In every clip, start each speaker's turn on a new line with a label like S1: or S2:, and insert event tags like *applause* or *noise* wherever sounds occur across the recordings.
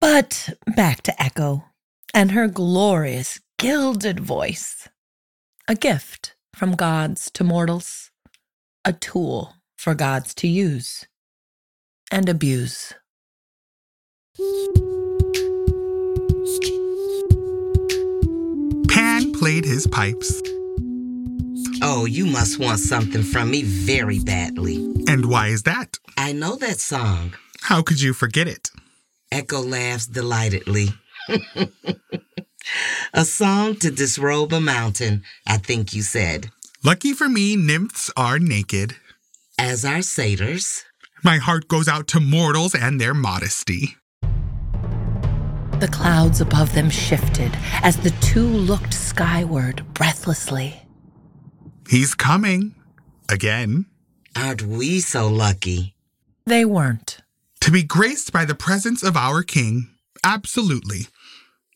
S1: But back to Echo and her glorious gilded voice. A gift from gods to mortals, a tool for gods to use and abuse.
S2: Pan played his pipes,
S3: Oh, you must want something from me very badly.
S2: and why is that?
S3: I know that song.
S2: How could you forget it?
S3: Echo laughs delightedly. *laughs* a song to disrobe a mountain, I think you said.
S2: Lucky for me, nymphs are naked.
S3: As are satyrs.
S2: My heart goes out to mortals and their modesty.
S1: The clouds above them shifted as the two looked skyward breathlessly.
S2: He's coming. Again.
S3: Aren't we so lucky?
S1: They weren't.
S2: To be graced by the presence of our king. Absolutely.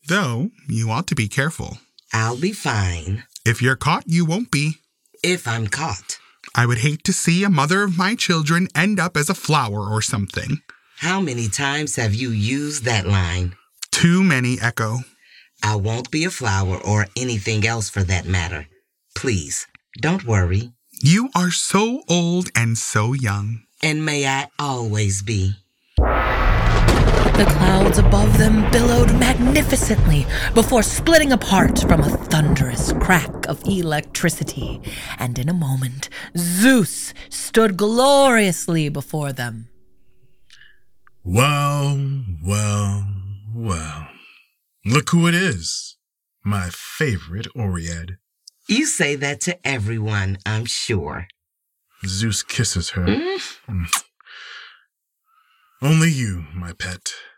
S2: Though, you ought to be careful.
S3: I'll be fine
S2: If you're caught, you won't be.
S3: if I'm caught.
S2: I would hate to see a mother of my children end up as a flower or something.
S3: How many times have you used that line?
S2: Too many echo.
S3: I won't be a flower or anything else for that matter. Please, don't worry.
S2: You are so old and so young.
S3: And may I always be.
S1: The clouds above them billowed magnificently before splitting apart from a thunderous crack of electricity. And in a moment, Zeus stood gloriously before them.
S4: Well, well, well. Look who it is. My favorite Oread.
S3: You say that to everyone, I'm sure.
S4: Zeus kisses her. Only Mm. you, my pet.